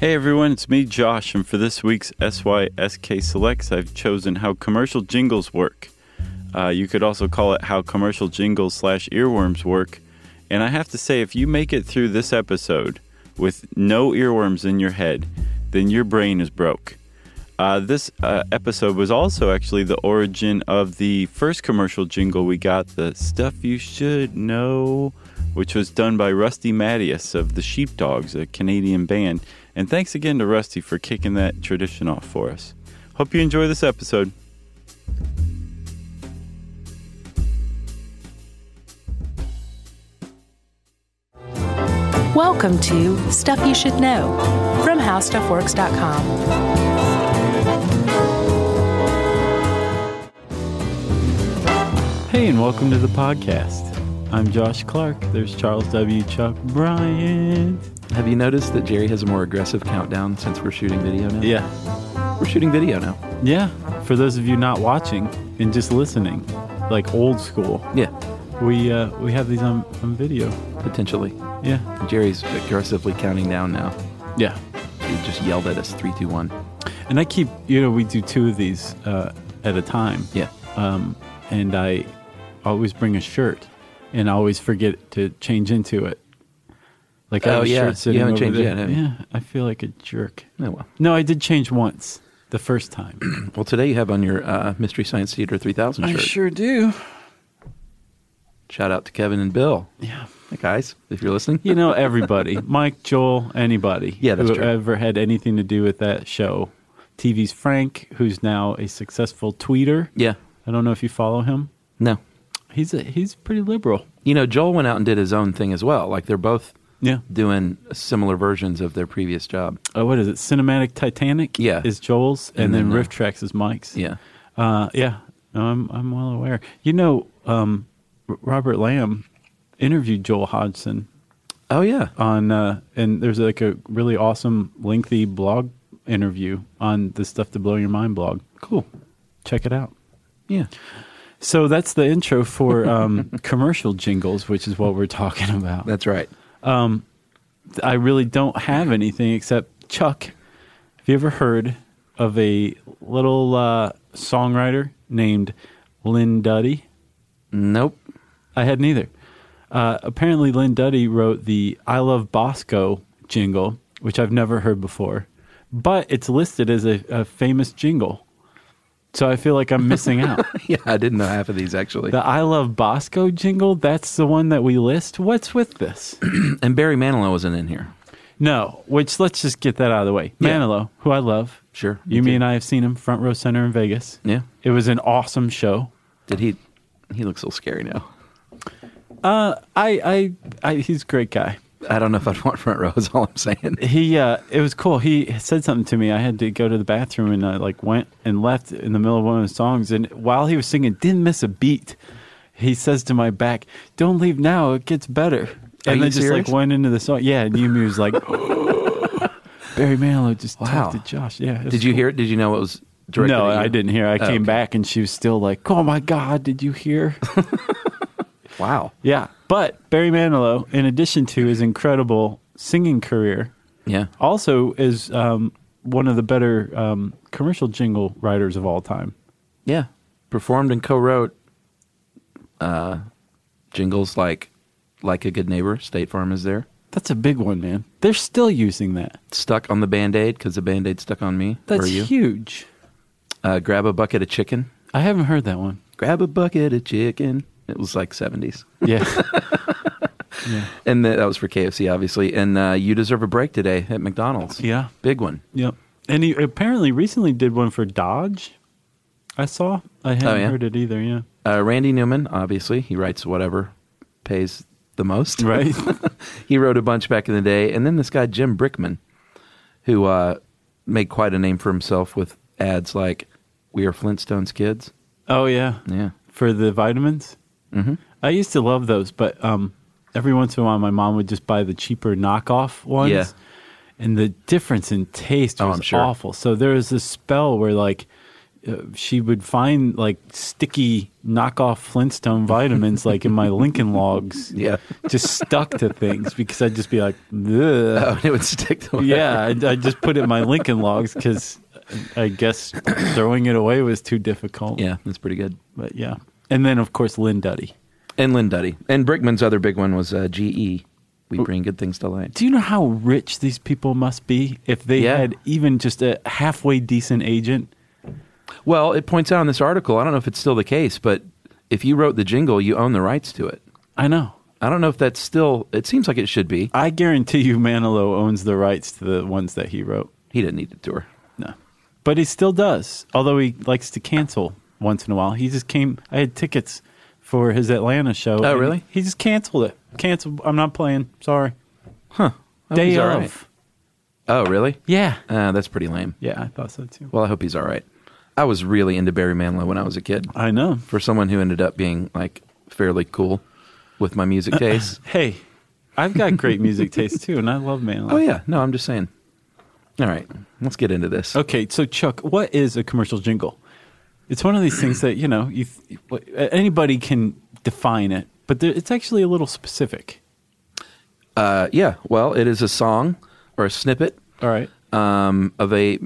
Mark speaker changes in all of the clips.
Speaker 1: Hey everyone, it's me, Josh, and for this week's SYSK Selects, I've chosen How Commercial Jingles Work. Uh, you could also call it How Commercial Jingles slash Earworms Work. And I have to say, if you make it through this episode with no earworms in your head, then your brain is broke. Uh, this uh, episode was also actually the origin of the first commercial jingle we got, the Stuff You Should Know, which was done by Rusty Mattias of the Sheepdogs, a Canadian band. And thanks again to Rusty for kicking that tradition off for us. Hope you enjoy this episode.
Speaker 2: Welcome to Stuff You Should Know from HowStuffWorks.com.
Speaker 1: Hey, and welcome to the podcast. I'm Josh Clark. There's Charles W. Chuck Bryant.
Speaker 3: Have you noticed that Jerry has a more aggressive countdown since we're shooting video now?
Speaker 1: Yeah.
Speaker 3: We're shooting video now.
Speaker 1: Yeah. For those of you not watching and just listening, like old school,
Speaker 3: Yeah,
Speaker 1: we uh, we have these on, on video.
Speaker 3: potentially.
Speaker 1: Yeah.
Speaker 3: Jerry's aggressively counting down now.
Speaker 1: Yeah.
Speaker 3: He just yelled at us three, two, one.
Speaker 1: And I keep, you know, we do two of these uh, at a time.
Speaker 3: Yeah.
Speaker 1: um, and I always bring a shirt, and I always forget to change into it. Like I have
Speaker 3: Oh,
Speaker 1: a
Speaker 3: yeah.
Speaker 1: shirt sitting
Speaker 3: You haven't
Speaker 1: over
Speaker 3: changed
Speaker 1: there.
Speaker 3: yet, have you?
Speaker 1: yeah, I feel like a jerk.
Speaker 3: Oh, well.
Speaker 1: No, I did change once, the first time.
Speaker 3: Well, today you have on your uh, Mystery Science Theater 3000 shirt.
Speaker 1: do.
Speaker 3: Shout out to Kevin and Bill.
Speaker 1: Yeah,
Speaker 3: Hey, guys, if you're listening.
Speaker 1: you know everybody, Mike, Joel, anybody.
Speaker 3: Yeah, that's
Speaker 1: who
Speaker 3: true.
Speaker 1: ever had anything to do with that show. TV's Frank, who's now a successful tweeter.
Speaker 3: Yeah.
Speaker 1: I don't know if you follow him.
Speaker 3: No.
Speaker 1: He's a, he's pretty liberal.
Speaker 3: You know, Joel went out and did his own thing as well. Like, they're both
Speaker 1: Yeah.
Speaker 3: doing similar versions of their previous job.
Speaker 1: uh, what is it? Cinematic Titanic.
Speaker 3: Yeah.
Speaker 1: is Joel's, and,
Speaker 3: And
Speaker 1: then,
Speaker 3: then, uh,
Speaker 1: Riff Tracks is Mike's.
Speaker 3: Yeah.
Speaker 1: uh, yeah. No, I'm I'm well aware. You know, um, R- Robert Lamb interviewed Joel Hodgson
Speaker 3: Oh, yeah.
Speaker 1: on, uh, and there's like a really awesome lengthy blog interview on the stuff to blow your mind blog. Cool, check it out.
Speaker 3: Yeah.
Speaker 1: So that's the intro for um, commercial jingles, which is what we're talking about.
Speaker 3: That's right.
Speaker 1: I really don't have anything except Chuck. Have you ever heard of a little uh, songwriter named Lynn Duddy?
Speaker 3: Nope.
Speaker 1: I had neither. Uh, apparently, Lynn Duddy wrote the "I Love Bosco" jingle, which I've never heard before, but it's listed as a, a famous jingle. So I feel like I'm missing out.
Speaker 3: Yeah, I didn't know half of these, actually.
Speaker 1: The "I Love Bosco" jingle—that's the one that we list. What's with this?
Speaker 3: and Barry Manilow wasn't in here.
Speaker 1: No, which let's just get that out of the way.
Speaker 3: Yeah.
Speaker 1: Manilow, who I love.
Speaker 3: Sure, me
Speaker 1: You, me,
Speaker 3: too.
Speaker 1: and I have seen him front row center in Vegas.
Speaker 3: Yeah.
Speaker 1: It was an awesome show.
Speaker 3: Did he? He looks a little scary now.
Speaker 1: I, I, I he's a great guy.
Speaker 3: I don't know if I'd want front row. Is all I'm saying.
Speaker 1: He, uh, it was cool. He said something to me. I had to go to the bathroom and I like went and left in the middle of one of his songs. And while he was singing, didn't miss a beat. He says to my back, "Don't leave now. It gets better."
Speaker 3: Are
Speaker 1: And
Speaker 3: you
Speaker 1: then just like
Speaker 3: serious?
Speaker 1: went into the song. Yeah, and Yumi was like, "Barry Manilow just
Speaker 3: Wow.
Speaker 1: talked to Josh." Yeah. it was
Speaker 3: Did you
Speaker 1: cool.
Speaker 3: hear it? Did you know it was directed?
Speaker 1: No,
Speaker 3: at you?
Speaker 1: I didn't hear. I
Speaker 3: Oh,
Speaker 1: came
Speaker 3: okay.
Speaker 1: back and she was still like, "Oh my god, did you hear?"
Speaker 3: Wow.
Speaker 1: yeah. But Barry Manilow, in addition to his incredible singing career,
Speaker 3: Yeah.
Speaker 1: also is um, one of the better um, commercial jingle writers of all time.
Speaker 3: Yeah. Performed and co-wrote uh, jingles like "Like a Good Neighbor." State Farm is there.
Speaker 1: That's a big one, man. They're still using that.
Speaker 3: Stuck on the band aid because the band aid stuck on me.
Speaker 1: That's
Speaker 3: Or you.
Speaker 1: huge.
Speaker 3: Uh, grab a bucket of chicken.
Speaker 1: I haven't heard that one.
Speaker 3: Grab a bucket of chicken. It was like 70s.
Speaker 1: Yeah.
Speaker 3: And that that was for KFC, obviously. And uh, you deserve a break today at McDonald's.
Speaker 1: Yeah.
Speaker 3: Big one.
Speaker 1: yep. And he apparently recently did one for Dodge. I saw. I hadn't
Speaker 3: Oh, yeah?
Speaker 1: heard it either. Yeah.
Speaker 3: Uh, Randy Newman, obviously, he writes whatever pays the most.
Speaker 1: Right.
Speaker 3: he wrote a bunch back in the day, and then this guy Jim Brickman, who uh, made quite a name for himself with ads like "We are Flintstones kids."
Speaker 1: oh yeah.
Speaker 3: Yeah,
Speaker 1: for the vitamins.
Speaker 3: Mhm.
Speaker 1: I used to love those, but um, every once in a while, my mom would just buy the cheaper knockoff ones.
Speaker 3: Yeah.
Speaker 1: And the difference in taste
Speaker 3: Oh,
Speaker 1: was
Speaker 3: I'm sure.
Speaker 1: awful. So there was this spell where, like, uh, she would find like sticky knockoff Flintstone vitamins, like in my Lincoln logs.
Speaker 3: Yeah.
Speaker 1: just stuck to things because I'd just be like, Ugh.
Speaker 3: Oh, and it would stick to it.
Speaker 1: yeah, I, I just put it in my Lincoln logs because I guess throwing it away was too difficult.
Speaker 3: Yeah, that's pretty good.
Speaker 1: but yeah, and then of course Lynn Duddy.
Speaker 3: And Lynn Duddy. And Brickman's other big one was uh, GE. We bring good things to light.
Speaker 1: Do you know how rich these people must be if they
Speaker 3: Yeah.
Speaker 1: had even just a halfway decent agent?
Speaker 3: Well, it points out in this article, I don't know if it's still the case, but if you wrote the jingle, you own the rights to it.
Speaker 1: I know.
Speaker 3: I don't know if that's still, it seems like it should be.
Speaker 1: I guarantee you Manilow owns the rights to the ones that he wrote.
Speaker 3: He didn't need the tour.
Speaker 1: No. But he still does, although he likes to cancel once in a while. He just came, I had tickets for his Atlanta show.
Speaker 3: Oh,
Speaker 1: and
Speaker 3: really?
Speaker 1: He just canceled it. Canceled. I'm not playing. Sorry.
Speaker 3: I hope
Speaker 1: Day
Speaker 3: he's all
Speaker 1: of.
Speaker 3: right. Oh, really?
Speaker 1: Yeah.
Speaker 3: Uh, that's pretty lame.
Speaker 1: Yeah, I thought so too.
Speaker 3: Well, I hope he's all right. I was really into Barry Manilow when I was a kid.
Speaker 1: I know.
Speaker 3: For someone who ended up being like fairly cool with my music taste.
Speaker 1: Hey, I've got great music taste too, and I love Manilow.
Speaker 3: oh, yeah. No, I'm just saying. All right. Let's get into this.
Speaker 1: Okay, so Chuck, what is a commercial jingle? It's one of these things that you know you anybody can define it, but there, it's actually a little specific.
Speaker 3: Uh, yeah. Well, it is a song or a snippet
Speaker 1: All right,
Speaker 3: um, of a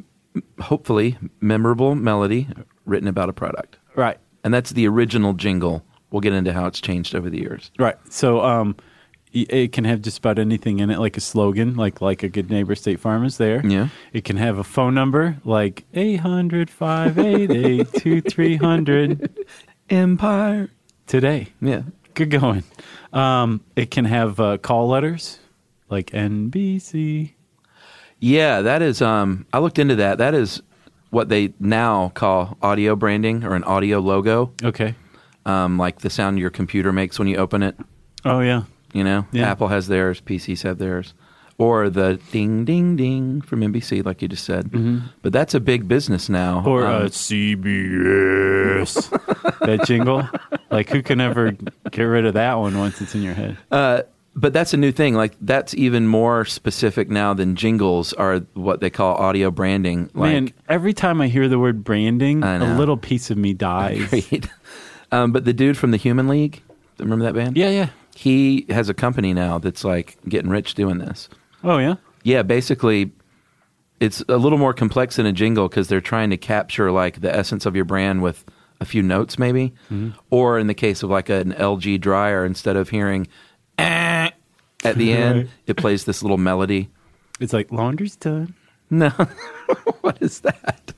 Speaker 3: hopefully memorable melody written about a product.
Speaker 1: right,
Speaker 3: And that's the original jingle. We'll get into how it's changed over the years.
Speaker 1: right. So um, y- it can have just about anything in it, like a slogan, like like a good neighbor, State Farm is there.
Speaker 3: Yeah.
Speaker 1: It can have a phone number, like 800-588-2300
Speaker 3: Empire.
Speaker 1: today.
Speaker 3: Yeah.
Speaker 1: Good going. Um, it can have uh, call letters, like NBC.
Speaker 3: Yeah, that is um I looked into that. That is what they now call audio branding or an audio logo.
Speaker 1: Okay.
Speaker 3: Um like the sound your computer makes when you open it,
Speaker 1: Oh yeah.
Speaker 3: you know?
Speaker 1: Yeah.
Speaker 3: Apple has theirs, PCs have theirs. Or the ding ding ding from NBC like you just said. But that's a big business now.
Speaker 1: Mm-hmm. or
Speaker 3: Um,
Speaker 1: uh, CBS. that jingle, like who can ever get rid of that one once it's in your head?
Speaker 3: but that's a new thing. Like that's even more specific now than jingles are what they call audio branding. Like,
Speaker 1: Man, every time I hear the word branding,
Speaker 3: I know.
Speaker 1: a little piece of me dies.
Speaker 3: great. um, but the dude from the Human League, remember that band?
Speaker 1: Yeah, yeah.
Speaker 3: he has a company now that's like getting rich doing this.
Speaker 1: Oh yeah.
Speaker 3: Yeah, basically, it's a little more complex than a jingle because they're trying to capture like the essence of your brand with a few notes, maybe. Or in the case of like an LG dryer, instead of hearing "Ah," at the end, it plays this little melody.
Speaker 1: It's like laundry's done.
Speaker 3: No, what is that?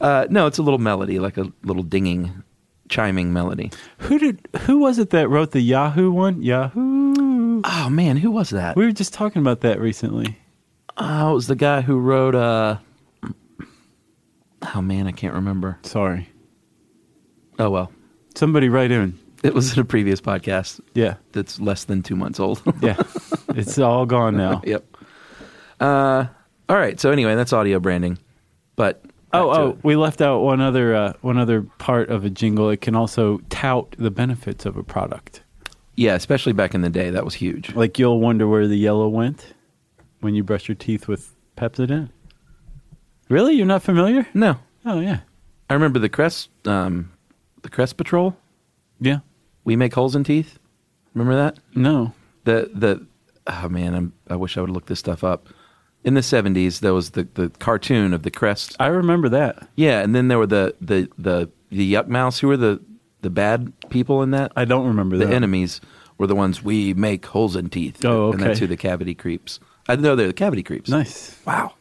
Speaker 3: Uh, no, it's a little melody, like a little dinging, chiming melody.
Speaker 1: Who did? Who was it that wrote the Yahoo one? Yahoo.
Speaker 3: Oh man, who was that?
Speaker 1: We were just talking about that recently.
Speaker 3: Oh, it was the guy who wrote. Uh, oh man, I can't remember.
Speaker 1: Sorry.
Speaker 3: Oh well,
Speaker 1: Somebody write in.
Speaker 3: it was in a previous podcast
Speaker 1: Yeah,
Speaker 3: that's less than two months old.
Speaker 1: yeah. it's all gone now.
Speaker 3: yep. Uh, all right. So anyway, that's audio branding. But back
Speaker 1: Oh,
Speaker 3: to
Speaker 1: oh,
Speaker 3: it.
Speaker 1: we left out one other uh, one other part of a jingle. It can also tout the benefits of a product.
Speaker 3: yeah, especially back in the day, that was huge.
Speaker 1: Like you'll wonder where the yellow went when you brush your teeth with Pepsodent. Really, you're not familiar?
Speaker 3: No,
Speaker 1: Oh yeah,
Speaker 3: I remember the Crest, um, the Crest Patrol.
Speaker 1: yeah.
Speaker 3: We make holes in teeth. Remember that?
Speaker 1: No,
Speaker 3: the the oh man I'm, i wish i would look this stuff up in the 70s there was the, the cartoon of the crest
Speaker 1: I remember that.
Speaker 3: yeah and then there were the the the, the yuck mouse who were the the bad people in that
Speaker 1: I don't remember
Speaker 3: the
Speaker 1: that.
Speaker 3: enemies were the ones we make holes in teeth
Speaker 1: Oh,
Speaker 3: and that's
Speaker 1: okay.
Speaker 3: who the cavity creeps i know they're the cavity creeps
Speaker 1: Nice.
Speaker 3: wow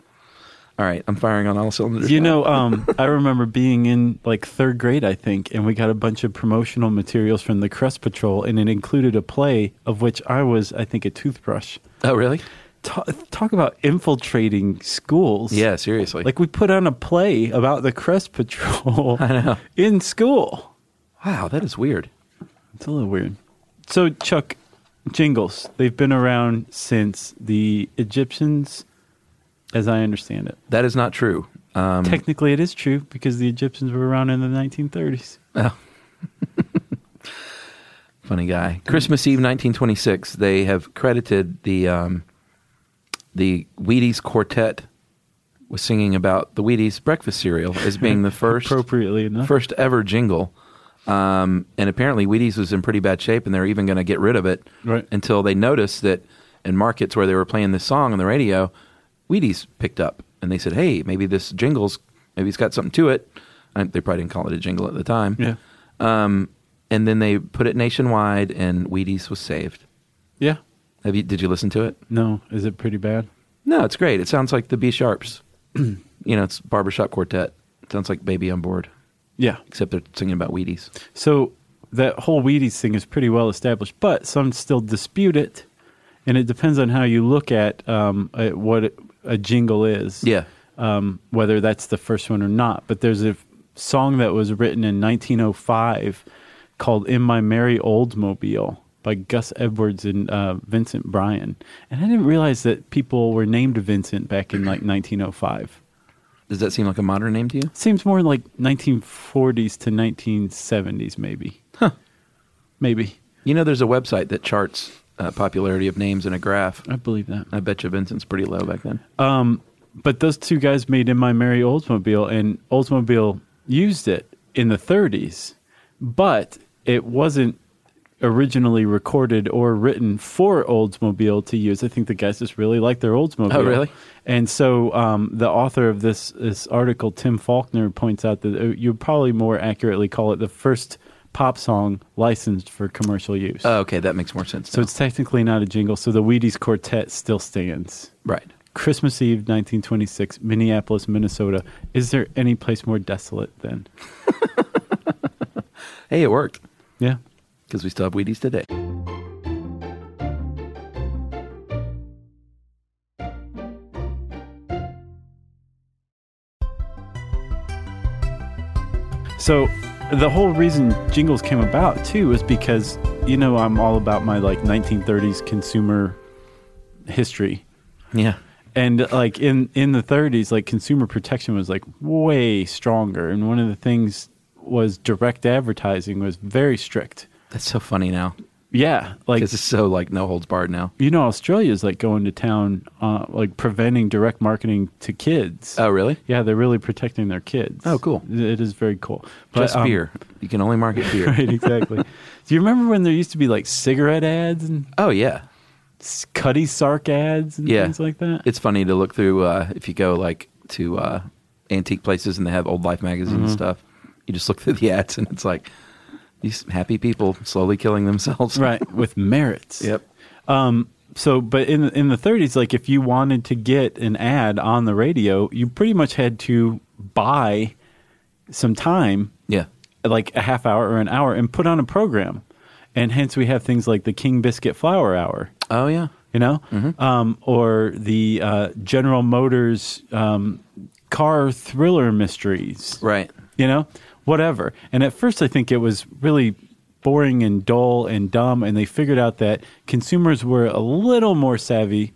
Speaker 3: all right i'm firing on all cylinders
Speaker 1: You
Speaker 3: now.
Speaker 1: know, um, I remember being in like third grade, I think, and we got a bunch of promotional materials from the Crest Patrol, and it included a play of which I was, I think, a toothbrush.
Speaker 3: oh really
Speaker 1: talk, talk about infiltrating schools.
Speaker 3: yeah seriously
Speaker 1: Like we put on a play about the Crest Patrol in school.
Speaker 3: wow that is weird
Speaker 1: It's a little weird. So, Chuck, jingles, they've been around since the Egyptians, as I understand it.
Speaker 3: that is not true um
Speaker 1: Technically, it is true because the Egyptians were around in the 1930s.
Speaker 3: funny guy. Christmas Eve, nineteen twenty-six. They have credited the um, the Wheaties Quartet was singing about the Wheaties breakfast cereal as being the first
Speaker 1: Appropriately enough.
Speaker 3: first ever jingle. Um, and apparently, Wheaties was in pretty bad shape, and they're even going to get rid of it
Speaker 1: Right.
Speaker 3: until they noticed that in markets where they were playing this song on the radio, Wheaties picked up and they said, "Hey, maybe this jingle's maybe it's got something to it." And they probably didn't call it a jingle at the time.
Speaker 1: yeah.
Speaker 3: Um, and then they put it nationwide, and Wheaties was saved.
Speaker 1: Yeah.
Speaker 3: Have you? Did you listen to it?
Speaker 1: No. Is it pretty bad?
Speaker 3: No, it's great. It sounds like the B sharps. you know, it's barbershop quartet. It sounds like Baby on Board,
Speaker 1: Yeah.
Speaker 3: except they're singing about Wheaties.
Speaker 1: So that whole Wheaties thing is pretty well established, but some still dispute it, and it depends on how you look at, um, at what a jingle is.
Speaker 3: Yeah.
Speaker 1: Um, whether that's the first one or not, but there's a f- song that was written in 1905 called "In My Merry Old Mobile" by Gus Edwards and uh, Vincent Bryan, and I didn't realize that people were named Vincent back in like 1905.
Speaker 3: Does that seem like a modern name to you?
Speaker 1: Seems more like 1940s to 1970s, maybe. Huh. Maybe.
Speaker 3: You know, there's a website that charts uh, popularity of names in a graph.
Speaker 1: I believe that.
Speaker 3: I bet you Vincent's pretty low back then.
Speaker 1: But those two guys made In My Merry Oldsmobile, and Oldsmobile used it in the 30s, but it wasn't originally recorded or written for Oldsmobile to use. I think the guys just really liked their Oldsmobile.
Speaker 3: Oh, really?
Speaker 1: And so um, the author of this, this article, Tim Faulkner, points out that uh, you'd probably more accurately call it the first pop song licensed for commercial use.
Speaker 3: Oh, okay, that makes more sense.
Speaker 1: So
Speaker 3: now.
Speaker 1: it's technically not a jingle. So the Wheaties Quartet still stands.
Speaker 3: right.
Speaker 1: Christmas Eve, 1926, Minneapolis, Minnesota. Is there any place more desolate than?
Speaker 3: Hey, it worked
Speaker 1: Yeah.
Speaker 3: because we still have Wheaties today.
Speaker 1: So the whole reason jingles came about too is because you know I'm all about my like 1930s consumer history.
Speaker 3: Yeah.
Speaker 1: and like in in the 30s like consumer protection was like way stronger and one of the things was direct advertising was very strict
Speaker 3: That's so funny now.
Speaker 1: yeah like
Speaker 3: This is so like no holds barred now.
Speaker 1: you know australia's like going to town uh, like preventing direct marketing to kids
Speaker 3: Oh, really?
Speaker 1: yeah they're really protecting their kids
Speaker 3: Oh, cool.
Speaker 1: it is very cool But,
Speaker 3: Just
Speaker 1: um,
Speaker 3: beer. You can only market beer.
Speaker 1: right exactly do you remember when there used to be like cigarette ads and
Speaker 3: Oh, yeah.
Speaker 1: s- cutty sark ads and
Speaker 3: Yeah.
Speaker 1: things like that
Speaker 3: It's funny to look through uh, if you go like to uh, antique places and they have old life magazine
Speaker 1: Mm-hmm.
Speaker 3: and stuff. You just look through the ads and it's like these happy people slowly killing themselves.
Speaker 1: right with merits
Speaker 3: Yep.
Speaker 1: so but in in the 30s like if you wanted to get an ad on the radio you pretty much had to buy some time
Speaker 3: Yeah.
Speaker 1: like a half hour or an hour and put on a program and hence we have things like the king biscuit flour hour
Speaker 3: Oh, yeah.
Speaker 1: you know
Speaker 3: Mm-hmm.
Speaker 1: um, or the uh, general motors um, car thriller mysteries
Speaker 3: Right.
Speaker 1: you know, whatever. And at first, I think it was really boring and dull and dumb. And they figured out that consumers were a little more savvy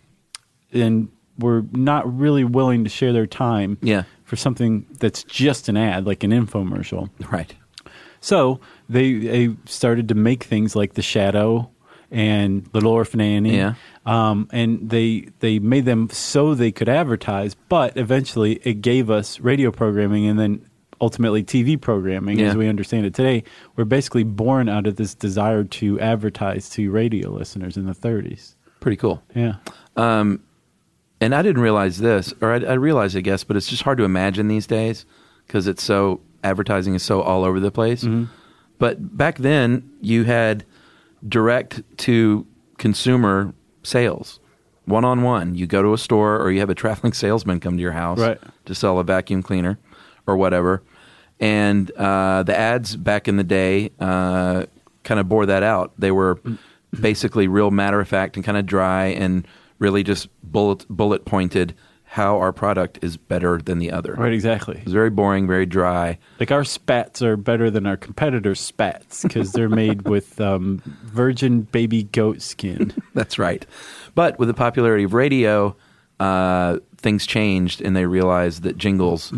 Speaker 1: and were not really willing to share their time
Speaker 3: Yeah.
Speaker 1: for something that's just an ad, like an infomercial.
Speaker 3: Right.
Speaker 1: So they, they started to make things like The Shadow and Little Orphan Annie.
Speaker 3: Yeah.
Speaker 1: Um, and they they made them so they could advertise, but eventually it gave us radio programming and then ultimately TV programming
Speaker 3: Yeah.
Speaker 1: as we understand it today. We're basically born out of this desire to advertise to radio listeners in the 30s.
Speaker 3: Pretty cool.
Speaker 1: Yeah.
Speaker 3: And I didn't realize this, or I, I realized, I guess, but it's just hard to imagine these days because it's so advertising is so all over the place. But back then, you had direct to consumer sales, one on one. You go to a store, or you have a traveling salesman come to your house
Speaker 1: Right.
Speaker 3: to sell a vacuum cleaner or whatever. And uh, the ads back in the day uh, kind of bore that out. They were basically real matter of fact and kind of dry and really just bullet bullet pointed how our product is better than the other.
Speaker 1: Right,
Speaker 3: It
Speaker 1: exactly.
Speaker 3: was very boring, very dry.
Speaker 1: Like our spats are better than our competitors' spats because they're made with um, virgin baby goat skin.
Speaker 3: That's right. But with the popularity of radio, uh, things changed, and they realized that jingles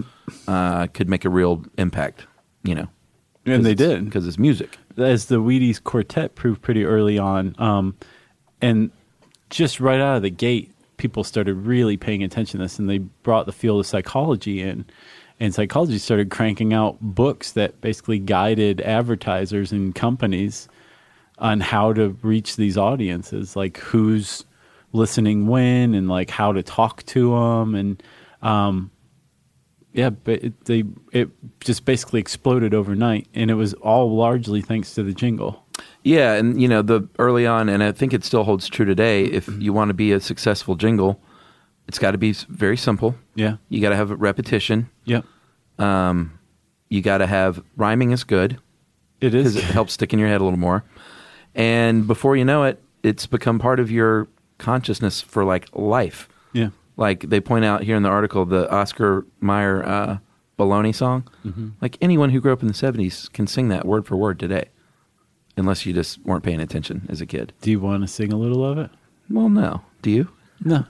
Speaker 3: uh, could make a real impact. You know,
Speaker 1: And they did.
Speaker 3: because it's music.
Speaker 1: as the Wheaties quartet proved pretty early on, um, and just right out of the gate, people started really paying attention to this and they brought the field of psychology in. And psychology started cranking out books that basically guided advertisers and companies on how to reach these audiences, like who's listening when and like how to talk to them and yeah, but it, they it just basically exploded overnight, and it was all largely thanks to the jingle.
Speaker 3: Yeah, and you know the early on, and I think it still holds true today. If you want to be a successful jingle, it's got to be s- very simple.
Speaker 1: Yeah,
Speaker 3: You got to have repetition.
Speaker 1: yeah,
Speaker 3: You got to have rhyming is good
Speaker 1: it
Speaker 3: because
Speaker 1: is.
Speaker 3: it helps stick in your head a little more. And before you know it, it's become part of your consciousness for like life.
Speaker 1: yeah,
Speaker 3: Like they point out here in the article, the Oscar Mayer uh, Baloney song. Like anyone who grew up in the '70s can sing that word for word today, unless you just weren't paying attention as a kid.
Speaker 1: do you want to sing a little of it?
Speaker 3: Well, no. Do you?
Speaker 1: No.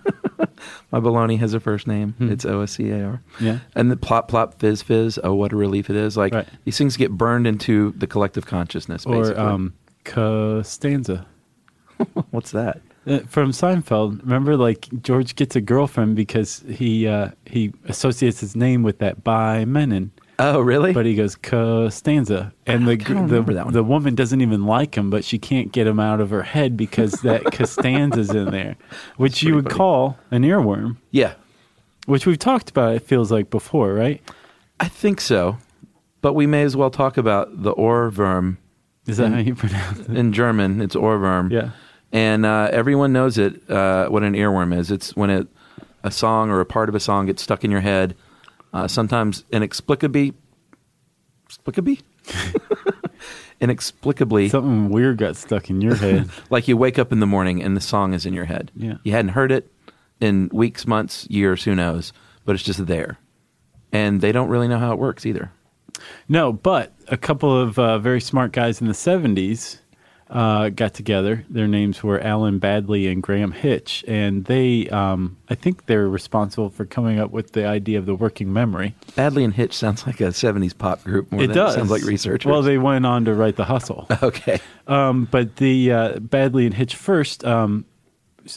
Speaker 3: My baloney has a first name. It's O S C A R.
Speaker 1: Hmm. Yeah.
Speaker 3: And the plop plop fizz fizz. Oh, what a relief it is! Like
Speaker 1: Right.
Speaker 3: these things get burned into the collective consciousness. Basically.
Speaker 1: or um, Costanza
Speaker 3: what's that?
Speaker 1: Uh, from Seinfeld. Remember, like George gets a girlfriend because he uh, he associates his name with that by Menon.
Speaker 3: Oh, really?
Speaker 1: But he goes Costanza, and the
Speaker 3: Ah, kinda
Speaker 1: the,
Speaker 3: remember that one.
Speaker 1: the woman doesn't even like him, but she can't get him out of her head because that Costanza's in there, which you would call an earworm,
Speaker 3: yeah,
Speaker 1: which we've talked about. It feels like before, right?
Speaker 3: I think so. But we may as well talk about the Ohrwurm
Speaker 1: Is
Speaker 3: Mm-hmm.
Speaker 1: that how you pronounce it?
Speaker 3: in German. It's Ohrwurm.
Speaker 1: Yeah.
Speaker 3: And uh, everyone knows it. Uh, what an earworm is. It's when it, a song or a part of a song gets stuck in your head. Uh, sometimes inexplicably, explicably, inexplicably.
Speaker 1: Something weird got stuck in your head.
Speaker 3: like you wake up in the morning and the song is in your head.
Speaker 1: Yeah.
Speaker 3: You hadn't heard it in weeks, months, years, who knows, but it's just there. And they don't really know how it works either.
Speaker 1: No, but a couple of uh, very smart guys in the 70s uh, got together. Their names were Alan Badley and Graham Hitch. And they, um, I think they're responsible for coming up with the idea of the working memory.
Speaker 3: Badley and Hitch sounds like a 70s pop group more
Speaker 1: it
Speaker 3: than
Speaker 1: does.
Speaker 3: sounds like research.
Speaker 1: Well, they went on to write The Hustle.
Speaker 3: okay.
Speaker 1: um, but the uh, Badley and Hitch first, um,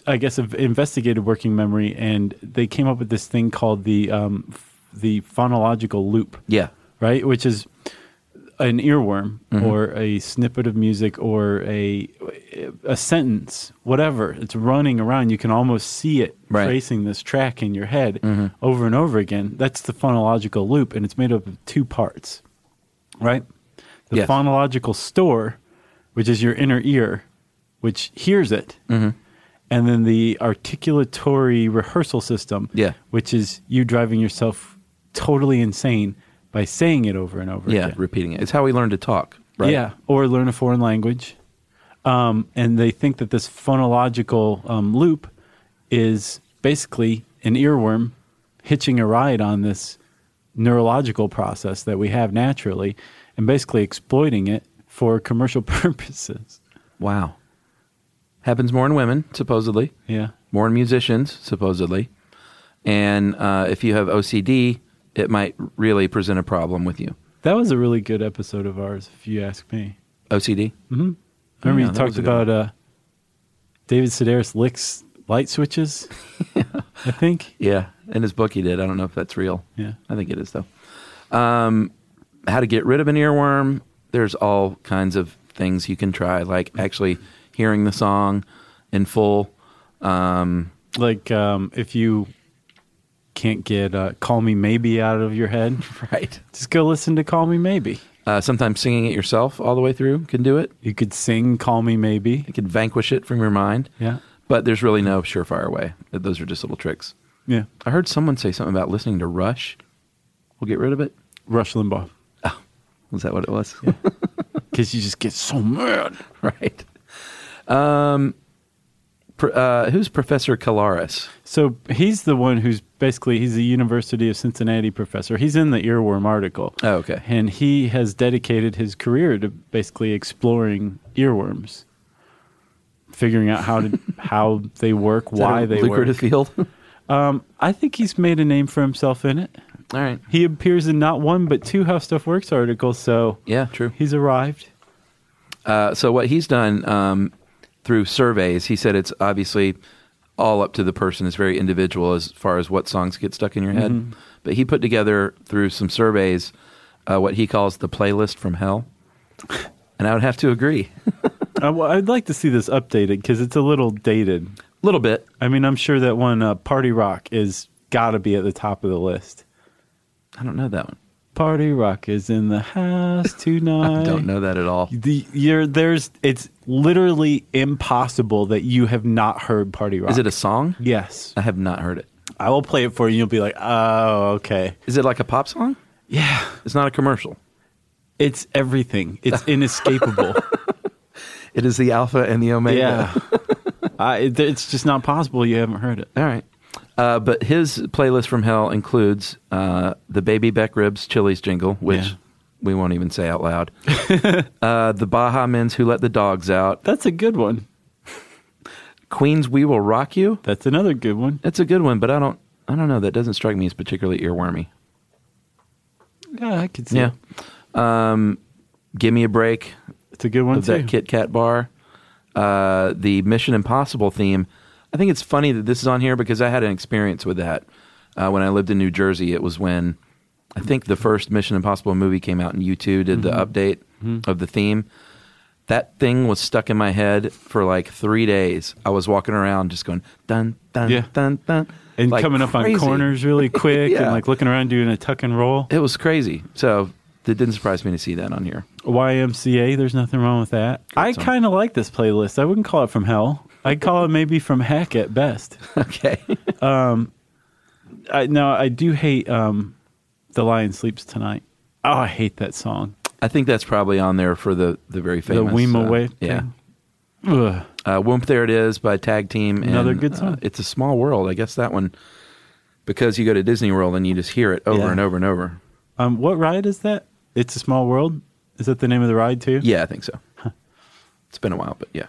Speaker 1: I guess, have investigated working memory. And they came up with this thing called the, um, f- the phonological loop
Speaker 3: Yeah.
Speaker 1: right? Which is an earworm or a snippet of music or a a sentence, whatever. It's running around. You can almost see it
Speaker 3: Right.
Speaker 1: tracing this track in your head over and over again. That's the phonological loop, and it's made up of two parts, right? The
Speaker 3: Yes.
Speaker 1: phonological store, which is your inner ear, which hears it.
Speaker 3: Mm-hmm.
Speaker 1: And then the articulatory rehearsal system,
Speaker 3: Yeah.
Speaker 1: which is you driving yourself totally insane by saying it over and over
Speaker 3: Yeah.
Speaker 1: again.
Speaker 3: Repeating it. It's how we learn to talk, right?
Speaker 1: Yeah, or learn a foreign language. Um, and they think that this phonological um, loop is basically an earworm hitching a ride on this neurological process that we have naturally and basically exploiting it for commercial purposes.
Speaker 3: Wow. Happens more in women, supposedly.
Speaker 1: Yeah.
Speaker 3: more in musicians supposedly and uh, if you have ocd it might really present a problem with you
Speaker 1: That was a really good episode of ours, if you ask me.
Speaker 3: ocd
Speaker 1: Remember
Speaker 3: Yeah,
Speaker 1: you
Speaker 3: that
Speaker 1: talked
Speaker 3: was a good one.
Speaker 1: about uh, David Sedaris licks light switches, I think.
Speaker 3: yeah in his book he did i don't know if that's real
Speaker 1: Yeah.
Speaker 3: i think it is though um, how to get rid of an earworm there's all kinds of things you can try like actually hearing the song in full
Speaker 1: Like um, if you can't get uh, "Call Me Maybe" out of your head,
Speaker 3: right
Speaker 1: just go listen to "Call Me Maybe."
Speaker 3: uh, sometimes singing it yourself all the way through can do it
Speaker 1: You could sing "Call Me Maybe."
Speaker 3: it can vanquish it from your mind
Speaker 1: Yeah,
Speaker 3: but there's really no surefire way those are just little tricks
Speaker 1: yeah.
Speaker 3: I heard someone say something about listening to Rush. We'll get rid of it.
Speaker 1: Rush Limbaugh,
Speaker 3: Was that what it was?
Speaker 1: because you just get so mad.
Speaker 3: right. Um, pr- uh, who's Professor Kalaris?
Speaker 1: So he's the one who's basically he's a University of Cincinnati professor. He's in the earworm article.
Speaker 3: Oh, okay.
Speaker 1: And he has dedicated his career to basically exploring earworms, figuring out how to how they work,
Speaker 3: Is that
Speaker 1: why
Speaker 3: a
Speaker 1: they
Speaker 3: lucrative
Speaker 1: work.
Speaker 3: field? All
Speaker 1: I think he's made a name for himself in it.
Speaker 3: right.
Speaker 1: He appears in not one but two How Stuff Works articles, so
Speaker 3: Yeah, true.
Speaker 1: he's arrived.
Speaker 3: Uh, so what he's done um, through surveys, he said it's obviously all up to the person. It's very individual as far as what songs get stuck in your head.
Speaker 1: Mm-hmm.
Speaker 3: But he put together through some surveys uh, what he calls the playlist from hell, and I would have to agree a
Speaker 1: I, well, I'd like to see this updated because it's a little dated.
Speaker 3: little bit.
Speaker 1: I mean, I'm sure that one uh, Party Rock is got to be at the top of the list.
Speaker 3: I don't know that one.
Speaker 1: Party Rock is in the house tonight.
Speaker 3: I don't know that at all.
Speaker 1: The you're there's it's literally impossible that you have not heard Party Rock.
Speaker 3: Is it a song?
Speaker 1: Yes.
Speaker 3: I have not heard it.
Speaker 1: I will play it for you and you'll be like, "Oh, okay."
Speaker 3: Is it like a pop song?
Speaker 1: Yeah.
Speaker 3: It's not a commercial.
Speaker 1: It's everything. It's inescapable.
Speaker 3: It is the alpha and the omega.
Speaker 1: yeah. I, it, it's just not possible you haven't heard it.
Speaker 3: All right. Uh, but his playlist from hell includes uh, the Baby Beck Ribs Chili's jingle, which
Speaker 1: Yeah.
Speaker 3: we won't even say out loud. uh, the Baja Men's Who Let the Dogs Out.
Speaker 1: That's a good one.
Speaker 3: Queen's We Will Rock You.
Speaker 1: That's another good one.
Speaker 3: That's a good one, but I don't. I don't know. That doesn't strike me as particularly earwormy.
Speaker 1: Yeah, I could see.
Speaker 3: Yeah.
Speaker 1: it.
Speaker 3: Um, Give me a break.
Speaker 1: It's a good one
Speaker 3: of
Speaker 1: too.
Speaker 3: that Kit Kat bar. Uh, the Mission Impossible theme. I think it's funny that this is on here because I had an experience with that uh, when I lived in New Jersey. It was when I think the first Mission Impossible movie came out, and U two did
Speaker 1: Mm-hmm.
Speaker 3: the update of the theme. That thing was stuck in my head for like three days. I was walking around just going dun dun
Speaker 1: Yeah.
Speaker 3: dun dun,
Speaker 1: and
Speaker 3: like
Speaker 1: coming up
Speaker 3: crazy.
Speaker 1: on corners really quick
Speaker 3: Yeah.
Speaker 1: and like looking around doing a tuck and roll.
Speaker 3: It was crazy. So it didn't surprise me to see that on here.
Speaker 1: YMCA, there's nothing wrong with that. I
Speaker 3: song.
Speaker 1: kind of like this playlist. I wouldn't call it from hell. I'd call it maybe from heck at best.
Speaker 3: Okay,
Speaker 1: I, no, I do hate um, The Lion Sleeps Tonight. Oh, I hate that song.
Speaker 3: I think that's probably on there for the the very famous
Speaker 1: Weemo
Speaker 3: uh,
Speaker 1: Wave
Speaker 3: Yeah.
Speaker 1: thing? Ugh.
Speaker 3: Uh, Whoomp There It Is by Tag Team. and,
Speaker 1: Another good song.
Speaker 3: uh, it's a small world. I guess that one, because you go to Disney World and you just hear it over
Speaker 1: Yeah.
Speaker 3: and over and over.
Speaker 1: Um, what ride is that? It's a Small World? Is that the name of the ride too?
Speaker 3: Yeah, I think so. It's been a while, but yeah.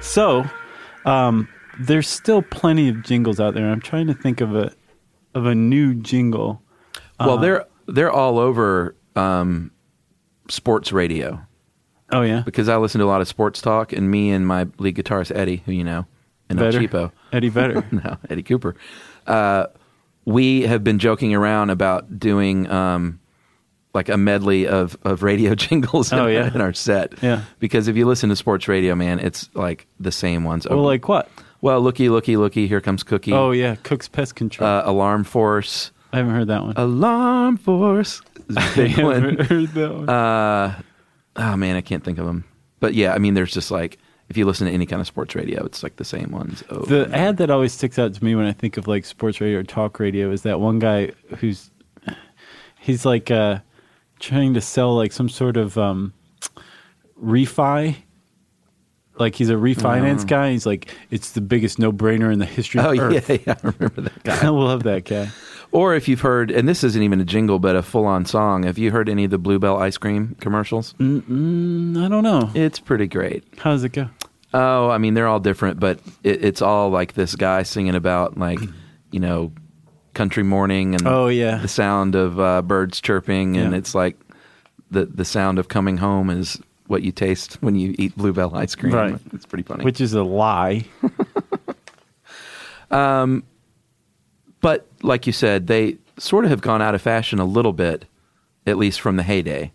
Speaker 1: So, um, there's still plenty of jingles out there. I'm trying to think of a of a new jingle. Uh-huh.
Speaker 3: well, they're they're all over um, sports radio
Speaker 1: Oh yeah,
Speaker 3: because I listen to a lot of sports talk, and me and my lead guitarist Eddie, who you know, and El
Speaker 1: Vedder.
Speaker 3: Cheapo.
Speaker 1: Eddie Vedder.
Speaker 3: no, Eddie Cooper. Uh, we have been joking around about doing um, like a medley of, of radio jingles in,
Speaker 1: Oh,
Speaker 3: our-
Speaker 1: yeah.
Speaker 3: in our set.
Speaker 1: Yeah.
Speaker 3: Because if you listen to sports radio, man, it's like the same ones.
Speaker 1: well, like what?
Speaker 3: well, looky, looky, looky, here comes Cookie.
Speaker 1: Oh yeah, Cook's Pest Control.
Speaker 3: uh, Alarm Force.
Speaker 1: I haven't heard that one.
Speaker 3: Alarm Force. is a
Speaker 1: I
Speaker 3: big one.
Speaker 1: haven't heard that one.
Speaker 3: Oh, man, I can't think of them. But yeah, I mean, there's just like, if you listen to any kind of sports radio, it's like the same ones. Over
Speaker 1: the
Speaker 3: and
Speaker 1: ad that always sticks out to me when I think of like sports radio or talk radio is that one guy who's he's like uh, trying to sell like some sort of um, refi. Like he's a refinance guy. He's like, it's the biggest no brainer in the history of
Speaker 3: Mm. Oh,
Speaker 1: Earth.
Speaker 3: yeah, yeah, I remember that.
Speaker 1: I love that guy.
Speaker 3: Or if you've heard, and this isn't even a jingle, but a full on song, have you heard any of the Bluebell ice cream commercials?
Speaker 1: Mm, I don't know.
Speaker 3: It's pretty great.
Speaker 1: How does it go?
Speaker 3: Oh, I mean, they're all different, but it, it's all like this guy singing about, like, you know, country morning and
Speaker 1: Oh, yeah.
Speaker 3: the sound of uh, birds chirping. And
Speaker 1: Yeah.
Speaker 3: it's like the, the sound of coming home is what you taste when you eat Bluebell ice cream.
Speaker 1: Right.
Speaker 3: It's pretty funny.
Speaker 1: Which is a lie.
Speaker 3: But like you said, they sort of have gone out of fashion a little bit, at least from the heyday,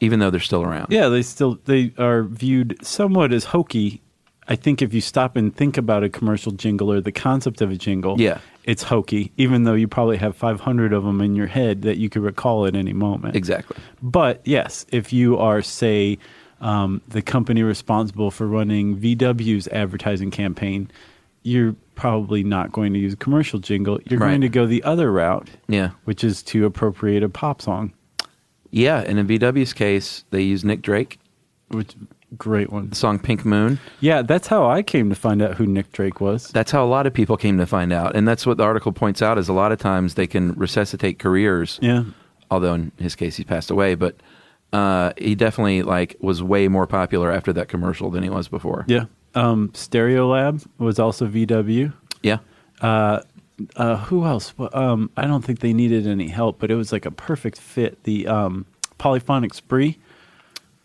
Speaker 3: even though they're still around.
Speaker 1: Yeah, they still they are viewed somewhat as hokey. I think if you stop and think about a commercial jingle or the concept of a jingle,
Speaker 3: Yeah.
Speaker 1: it's hokey. Even though you probably have 500 of them in your head that you could recall at any moment.
Speaker 3: Exactly.
Speaker 1: But yes, if you are say um, the company responsible for running VW's advertising campaign, you're probably not going to use a commercial jingle. You're
Speaker 3: Right.
Speaker 1: going to go the other route,
Speaker 3: Yeah.
Speaker 1: which is to appropriate a pop song.
Speaker 3: Yeah, and in VW's case, they used Nick Drake,
Speaker 1: Which great one.
Speaker 3: the song Pink Moon.
Speaker 1: Yeah, that's how I came to find out who Nick Drake was.
Speaker 3: That's how a lot of people came to find out. And that's what the article points out is a lot of times they can resuscitate careers.
Speaker 1: Yeah.
Speaker 3: Although in his case he passed away, but uh, he definitely like was way more popular after that commercial than he was before.
Speaker 1: Yeah. Um, Stereo Lab was also VW.
Speaker 3: Yeah.
Speaker 1: uh, who else? Well, Um, I don't think they needed any help, but it was like a perfect fit. The um, Polyphonic Spree,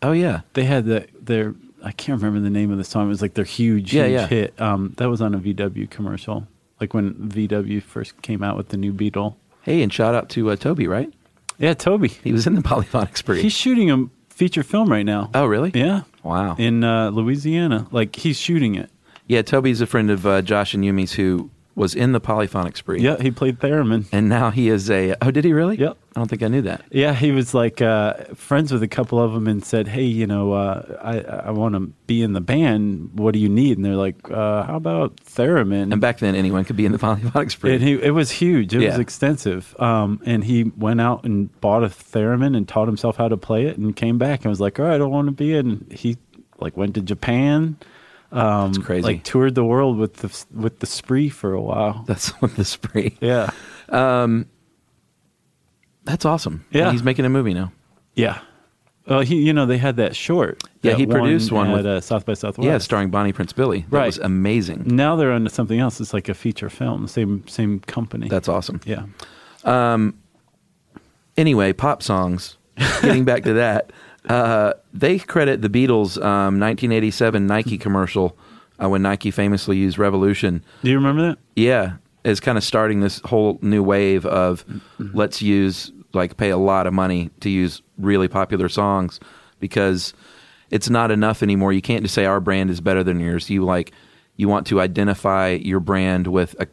Speaker 3: Oh yeah,
Speaker 1: they had the their I can't remember the name of the song. It was like their huge,
Speaker 3: Yeah,
Speaker 1: huge
Speaker 3: yeah.
Speaker 1: hit. Um, that was on a VW commercial, like when VW first came out with the new Beetle.
Speaker 3: hey, and shout out to uh, Toby, right?
Speaker 1: Yeah, Toby.
Speaker 3: He was in the Polyphonic Spree.
Speaker 1: He's shooting a feature film right now.
Speaker 3: oh really?
Speaker 1: Yeah.
Speaker 3: Wow.
Speaker 1: In uh, Louisiana, like he's shooting it.
Speaker 3: yeah, Toby's a friend of uh, Josh and Yumi's who was in the Polyphonic Spree.
Speaker 1: Yeah, he played Theremin.
Speaker 3: And now he is a. Oh, did he really?
Speaker 1: Yep.
Speaker 3: I don't think I knew that.
Speaker 1: Yeah, he was like uh, friends with a couple of them and said, "Hey, you know, uh, I I want to be in the band. What do you need?" And they're like, uh, "How about theremin?"
Speaker 3: And back then, anyone could be in the Polyphonic Spree.
Speaker 1: And he, it was huge. It was
Speaker 3: Yeah.
Speaker 1: extensive. Um, and he went out and bought a theremin and taught himself how to play it, and came back and was like, "All right, I want to be." in." he like went to Japan,
Speaker 3: That's crazy.
Speaker 1: like toured the world with the with the spree for a while.
Speaker 3: That's what the spree.
Speaker 1: Yeah,
Speaker 3: That's awesome.
Speaker 1: Yeah.
Speaker 3: And he's making a movie now.
Speaker 1: yeah. Well, he you know they had that short.
Speaker 3: Yeah,
Speaker 1: that
Speaker 3: he produced one
Speaker 1: at
Speaker 3: with-
Speaker 1: uh, South by Southwest.
Speaker 3: Yeah, starring Bonnie Prince Billy. That
Speaker 1: Right. Mm.
Speaker 3: was amazing.
Speaker 1: now they're onto something else. It's like a feature film, same same company.
Speaker 3: That's awesome.
Speaker 1: yeah.
Speaker 3: Anyway, pop songs. Getting back to that, uh, they credit the Beatles' um, 1987 Nike commercial uh, when Nike famously used Revolution.
Speaker 1: Do you remember that?
Speaker 3: Yeah, is kind of starting this whole new wave of let's use like pay a lot of money to use really popular songs because it's not enough anymore. You can't just say our brand is better than yours. You like you want to identify your brand with a,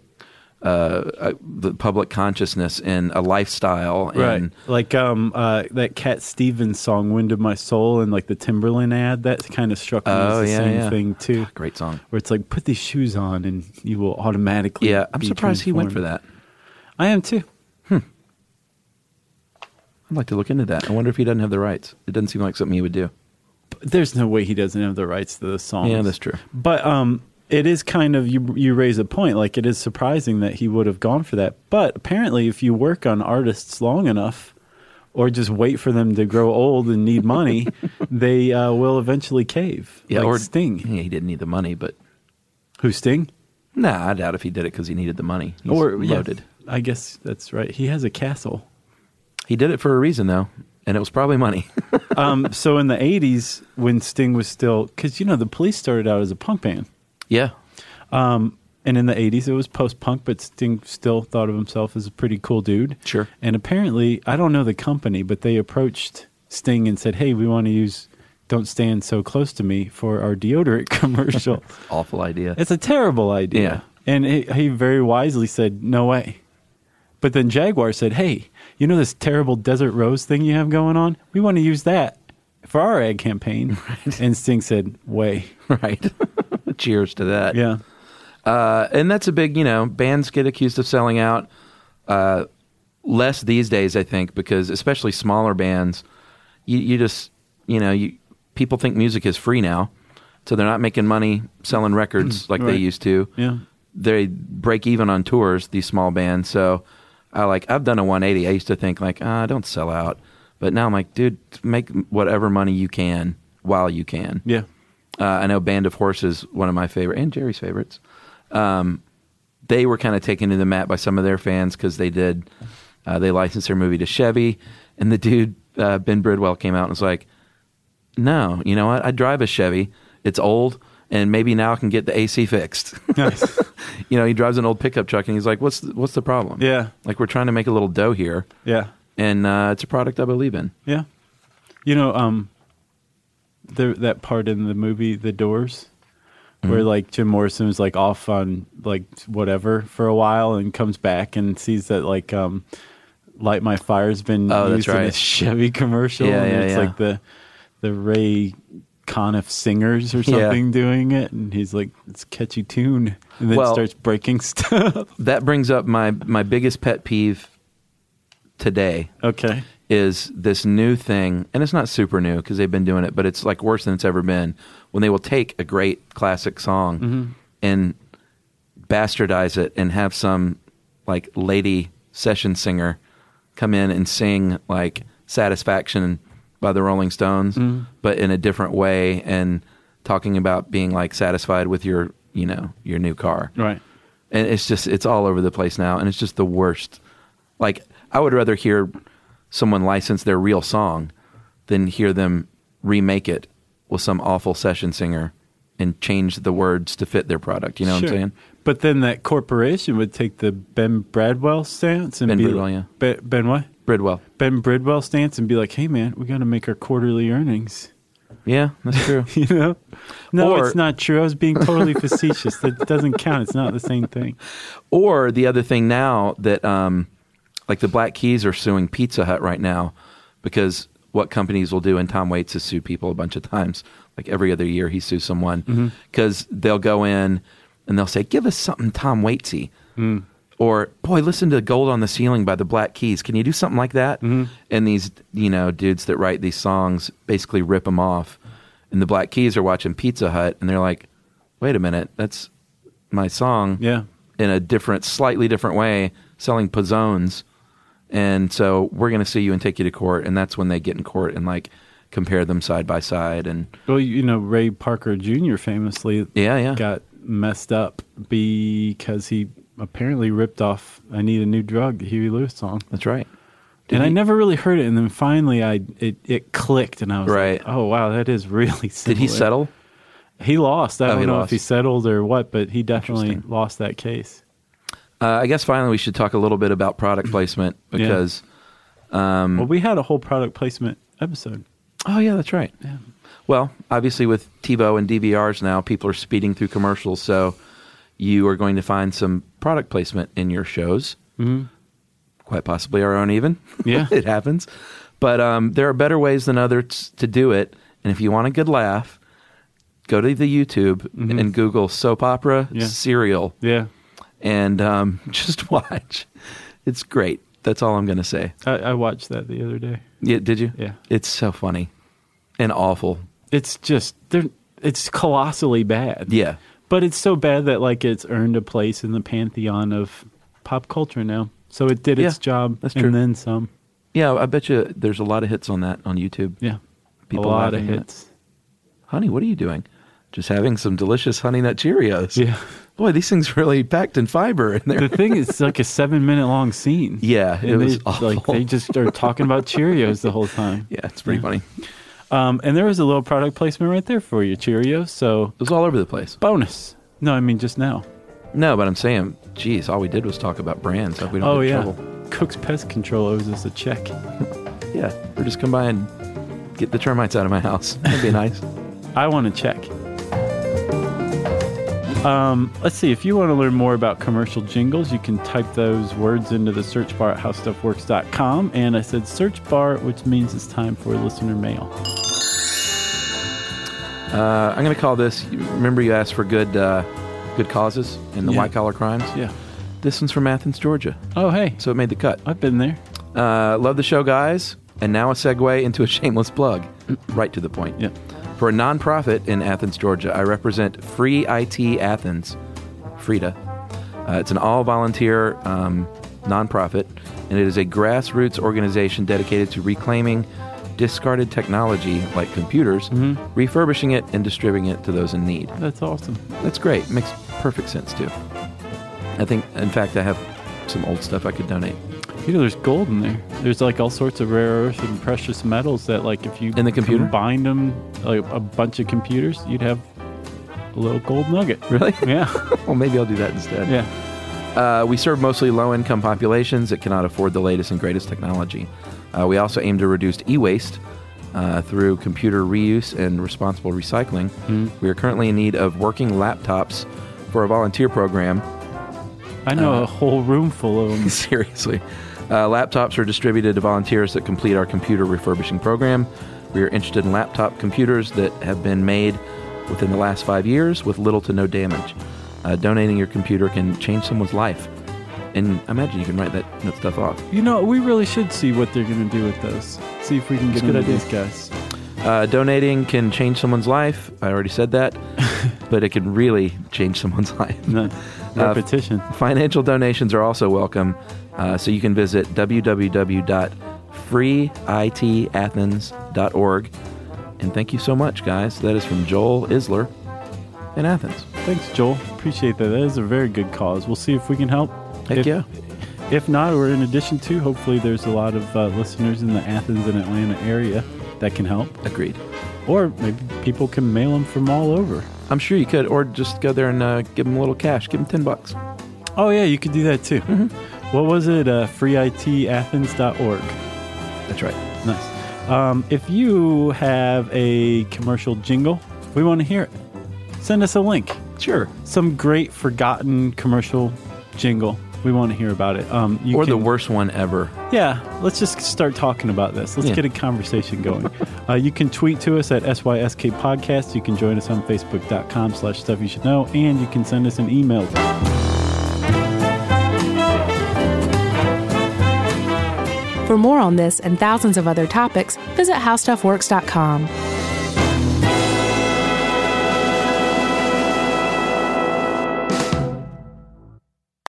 Speaker 3: uh, a the public consciousness and a lifestyle and
Speaker 1: Like um uh that Cat Stevens song "Wind of My Soul" and like the Timberland ad. That kind of struck me
Speaker 3: Oh,
Speaker 1: as the
Speaker 3: yeah,
Speaker 1: same
Speaker 3: yeah. Ah,
Speaker 1: thing too.
Speaker 3: great song.
Speaker 1: Where it's like put these shoes on and you will automatically.
Speaker 3: Yeah, I'm
Speaker 1: be
Speaker 3: surprised he went for
Speaker 1: transformed.
Speaker 3: that.
Speaker 1: I am too.
Speaker 3: I'd like to look into that. I wonder if he doesn't have the rights. It doesn't seem like something he would do.
Speaker 1: But there's no way he doesn't have the rights to the song.
Speaker 3: Yeah, that's true.
Speaker 1: But um, it is kind of you. You raise a point. Like it is surprising that he would have gone for that. But apparently, if you work on artists long enough, or just wait for them to grow old and need money, they uh, will eventually cave. like Sting.
Speaker 3: Yeah, he didn't need the money, but
Speaker 1: Who Sting?
Speaker 3: Nah, I doubt if he did it because he needed the money. He's
Speaker 1: yeah,
Speaker 3: loaded.
Speaker 1: I guess that's right. He has a castle.
Speaker 3: He did it for a reason though, and it was probably money.
Speaker 1: um, so in the '80s, when Sting was still, because you know the Police started out as a punk band.
Speaker 3: yeah,
Speaker 1: and in the 80s it was post-punk but sting still thought of himself as a pretty cool dude
Speaker 3: Sure.
Speaker 1: and apparently i don't know the company but they approached sting and said hey we want to use don't stand so close to me for our deodorant commercial
Speaker 3: awful idea.
Speaker 1: it's a terrible idea
Speaker 3: Yeah.
Speaker 1: and he, he very wisely said no way but then jaguar said hey you know this terrible desert rose thing you have going on we want to use that for our ad campaign and sting said way
Speaker 3: right. Cheers to that.
Speaker 1: yeah
Speaker 3: uh, and that's a big. You know, bands get accused of selling out. Uh, less these days, I think, because especially smaller bands, you, you just you know you people think music is free now, so they're not making money selling records like they
Speaker 1: Mm, Right.
Speaker 3: used to.
Speaker 1: yeah
Speaker 3: they break even on tours these small bands so i like i've done a 180 i used to think like ah, don't sell out but now i'm like dude make whatever money you can while you can
Speaker 1: yeah
Speaker 3: uh, i know band of horses one of my favorite and jerry's favorites um, they were kind of taken to the mat by some of their fans because they did uh, they licensed their movie to chevy and the dude uh, ben bridwell came out and was like no you know what i drive a chevy it's old and maybe now i can get the ac fixed
Speaker 1: nice
Speaker 3: you know, he drives an old pickup truck and he's like, "What's the, what's the problem?"
Speaker 1: Yeah.
Speaker 3: like we're trying to make a little dough here,
Speaker 1: yeah
Speaker 3: and uh, it's a product I believe in.
Speaker 1: Yeah. You know, um, there that part in the movie The Doors where
Speaker 3: Mm-hmm.
Speaker 1: like Jim Morrison was like off on like whatever for a while and comes back and sees that like um Light My Fire's been
Speaker 3: Oh, that's
Speaker 1: used in a
Speaker 3: right.
Speaker 1: Chevy commercial
Speaker 3: Yeah,
Speaker 1: and
Speaker 3: yeah,
Speaker 1: it's
Speaker 3: yeah.
Speaker 1: like the the Ray Conniff singers or
Speaker 3: Yeah.
Speaker 1: something doing it and he's like it's a catchy tune and then
Speaker 3: Well-
Speaker 1: starts breaking stuff.
Speaker 3: That brings up my my biggest pet peeve today
Speaker 1: okay.
Speaker 3: is this new thing, and it's not super new because they've been doing it, but it's like worse than it's ever been when they will take a great classic song and bastardize it and have some like lady session singer come in and sing like Satisfaction by the Rolling Stones, but in a different way and talking about being like satisfied with your, you know, your new car
Speaker 1: Right.
Speaker 3: and it's just it's all over the place now, and it's just the worst. Like I would rather hear someone license their real song than hear them remake it with some awful session singer and change the words to fit their product. You know
Speaker 1: Sure.
Speaker 3: what I'm saying?
Speaker 1: But then that corporation would take the Ben Bradwell stance and
Speaker 3: Ben
Speaker 1: be
Speaker 3: Bridwell, yeah.
Speaker 1: Ben, ben what?
Speaker 3: Bridwell.
Speaker 1: Ben Bridwell stance and be like, "Hey man, we got to make our quarterly earnings."
Speaker 3: Yeah, that's true.
Speaker 1: You know? No,
Speaker 3: Or-
Speaker 1: it's not true. I was being totally facetious. That doesn't count. It's not the same thing.
Speaker 3: Or the other thing now that, um, like the Black Keys are suing Pizza Hut right now because what companies will do, and Tom Waits has sued people a bunch of times, like every other year he sues someone because they'll go in and they'll say, "Give us something Tom Waitsy," or "Boy, listen to Gold on the Ceiling by the Black Keys. Can you do something like that?" And these, you know, dudes that write these songs basically rip them off, and the Black Keys are watching Pizza Hut and they're like, "Wait a minute, that's." My song,
Speaker 1: Yeah.
Speaker 3: in a different, slightly different way, selling pizzones. And so we're going to sue you and take you to court. And that's when they get in court and like compare them side by side. And
Speaker 1: Well, you know, Ray Parker Jr. famously
Speaker 3: yeah, yeah.
Speaker 1: got messed up because he apparently ripped off "I Need a New Drug" the Huey Lewis song,
Speaker 3: That's right.
Speaker 1: and I never really heard it. And then finally, I it, it clicked, and I was
Speaker 3: Right.
Speaker 1: like, "Oh wow, that is really." Similar.
Speaker 3: Did he settle?
Speaker 1: He lost. I
Speaker 3: Oh,
Speaker 1: don't
Speaker 3: he
Speaker 1: know
Speaker 3: lost.
Speaker 1: if he settled or what, but he definitely
Speaker 3: Interesting.
Speaker 1: lost that case.
Speaker 3: Uh, I guess finally we should talk a little bit about product placement because, Um,
Speaker 1: Well, we had a whole product placement episode.
Speaker 3: oh, yeah, that's right. Yeah. Well, obviously with TiVo and DVRs now, people are speeding through commercials. So you are going to find some product placement in your shows, mm-hmm. quite possibly our own, even.
Speaker 1: Yeah.
Speaker 3: it happens. But um, there are better ways than others to do it. And if you want a good laugh, go to the YouTube and Google soap opera
Speaker 1: Mm-hmm. Yeah.
Speaker 3: serial
Speaker 1: Yeah.
Speaker 3: and um, just watch. It's great. That's all I'm going to say.
Speaker 1: I, I watched that the other day.
Speaker 3: Yeah, did you?
Speaker 1: Yeah.
Speaker 3: It's so funny and awful.
Speaker 1: It's just they're it's colossally bad.
Speaker 3: Yeah.
Speaker 1: But it's so bad that like it's earned a place in the pantheon of pop culture now. So it did its
Speaker 3: Yeah,
Speaker 1: job
Speaker 3: that's true.
Speaker 1: and then some.
Speaker 3: Yeah, I bet you there's a lot of hits on that on YouTube.
Speaker 1: Yeah.
Speaker 3: People
Speaker 1: a lot of
Speaker 3: laughing at-
Speaker 1: hits.
Speaker 3: Honey, what are you doing? Just having some delicious Honey Nut Cheerios.
Speaker 1: Yeah.
Speaker 3: Boy, these things really packed in fiber in there.
Speaker 1: The thing is it's like a seven minute long scene.
Speaker 3: Yeah, it
Speaker 1: And
Speaker 3: was
Speaker 1: they, Like
Speaker 3: awful.
Speaker 1: they just are talking about Cheerios the whole time.
Speaker 3: yeah, it's pretty funny. It
Speaker 1: Um, and there was a little product placement right there for you, Cheerios. So
Speaker 3: was all over the place.
Speaker 1: bonus. No, I mean just now.
Speaker 3: No, but I'm saying, geez, all we did was talk about brands. Like we don't
Speaker 1: Oh
Speaker 3: get
Speaker 1: yeah,
Speaker 3: trouble.
Speaker 1: Cook's Pest Control owes us a check.
Speaker 3: Yeah, we're just come by and get the termites out of my house. That'd be nice. Uh,
Speaker 1: I want to check. Um, let's see. If you want to learn more about commercial jingles, you can type those words into the search bar at howstuffworks.com. And I said search bar, which means it's time for listener mail.
Speaker 3: Uh, I'm going to call this. you- Remember, you asked for good, uh, good causes in the
Speaker 1: Yeah.
Speaker 3: white collar crimes.
Speaker 1: Yeah.
Speaker 3: This one's from Athens, Georgia,
Speaker 1: Oh hey,
Speaker 3: so it made the cut.
Speaker 1: I've been there.
Speaker 3: Uh, love the show, guys. And now a segue into a shameless plug, right to the point.
Speaker 1: Yeah.
Speaker 3: For a nonprofit in Athens, Georgia, I represent Free IT Athens, Frida. Uh, it's an all volunteer um, nonprofit, and it is a grassroots organization dedicated to reclaiming discarded technology like computers,
Speaker 1: Mm-hmm.
Speaker 3: refurbishing it, and distributing it to those in need.
Speaker 1: That's awesome.
Speaker 3: That's great. Makes perfect sense, too. I think, in fact, I have some old stuff I could donate.
Speaker 1: You know, there's gold in there. There's like all sorts of rare earth and precious metals that, like, if you
Speaker 3: In the computer?
Speaker 1: combine them, like a bunch of computers, you'd have a little gold nugget.
Speaker 3: Really?
Speaker 1: Yeah,
Speaker 3: well, maybe I'll do that instead.
Speaker 1: yeah.
Speaker 3: Uh, we serve mostly low income populations that cannot afford the latest and greatest technology. Uh, we also aim to reduce e waste uh, through computer reuse and responsible recycling. We are currently in need of working laptops for a volunteer program.
Speaker 1: I know
Speaker 3: Uh-huh.
Speaker 1: a whole room full of them.
Speaker 3: Seriously. Uh, laptops are distributed to volunteers that complete our computer refurbishing program. We are interested in laptop computers that have been made within the last five years with little to no damage. Uh, donating your computer can change someone's life. And I imagine you can write that, that stuff off.
Speaker 1: You know, we really should see what they're going to do with those. See if we can
Speaker 3: It's
Speaker 1: get
Speaker 3: a good
Speaker 1: into
Speaker 3: idea.
Speaker 1: these guys.
Speaker 3: Uh, donating can change someone's life. I already said that. but it can really change someone's life.
Speaker 1: No, repetition.
Speaker 3: Financial donations are also welcome. Uh, so you can visit www.freeitathens.org. And thank you so much, guys. That is from Joel Isler in Athens.
Speaker 1: Thanks, Joel. Appreciate that. That is a very good cause. We'll see if we can help.
Speaker 3: Heck
Speaker 1: if,
Speaker 3: yeah.
Speaker 1: If not, or in addition to, hopefully there's a lot of uh, listeners in the Athens and Atlanta area that can help.
Speaker 3: Agreed.
Speaker 1: Or maybe people can mail them from all over.
Speaker 3: I'm sure you could, or just go there and uh, give them a little cash. Give them 10 bucks.
Speaker 1: Oh, yeah, you could do that too.
Speaker 3: Mm-hmm.
Speaker 1: What was it? Uh, freeitathens.org.
Speaker 3: That's right.
Speaker 1: Nice. Um, if you have a commercial jingle, we want to hear it. Send us a link.
Speaker 3: Sure.
Speaker 1: Some great forgotten commercial jingle. We want to hear about it. Um, you
Speaker 3: or the
Speaker 1: can-
Speaker 3: worst one ever.
Speaker 1: Yeah, let's just start talking about this. Let's
Speaker 3: Yeah.
Speaker 1: get a conversation going. uh, you can tweet to us at SYSK Podcast. You can join us on Facebook.com slash Stuff You Should Know. And you can send us an email.
Speaker 2: For more on this and thousands of other topics, visit howstuffworks.com.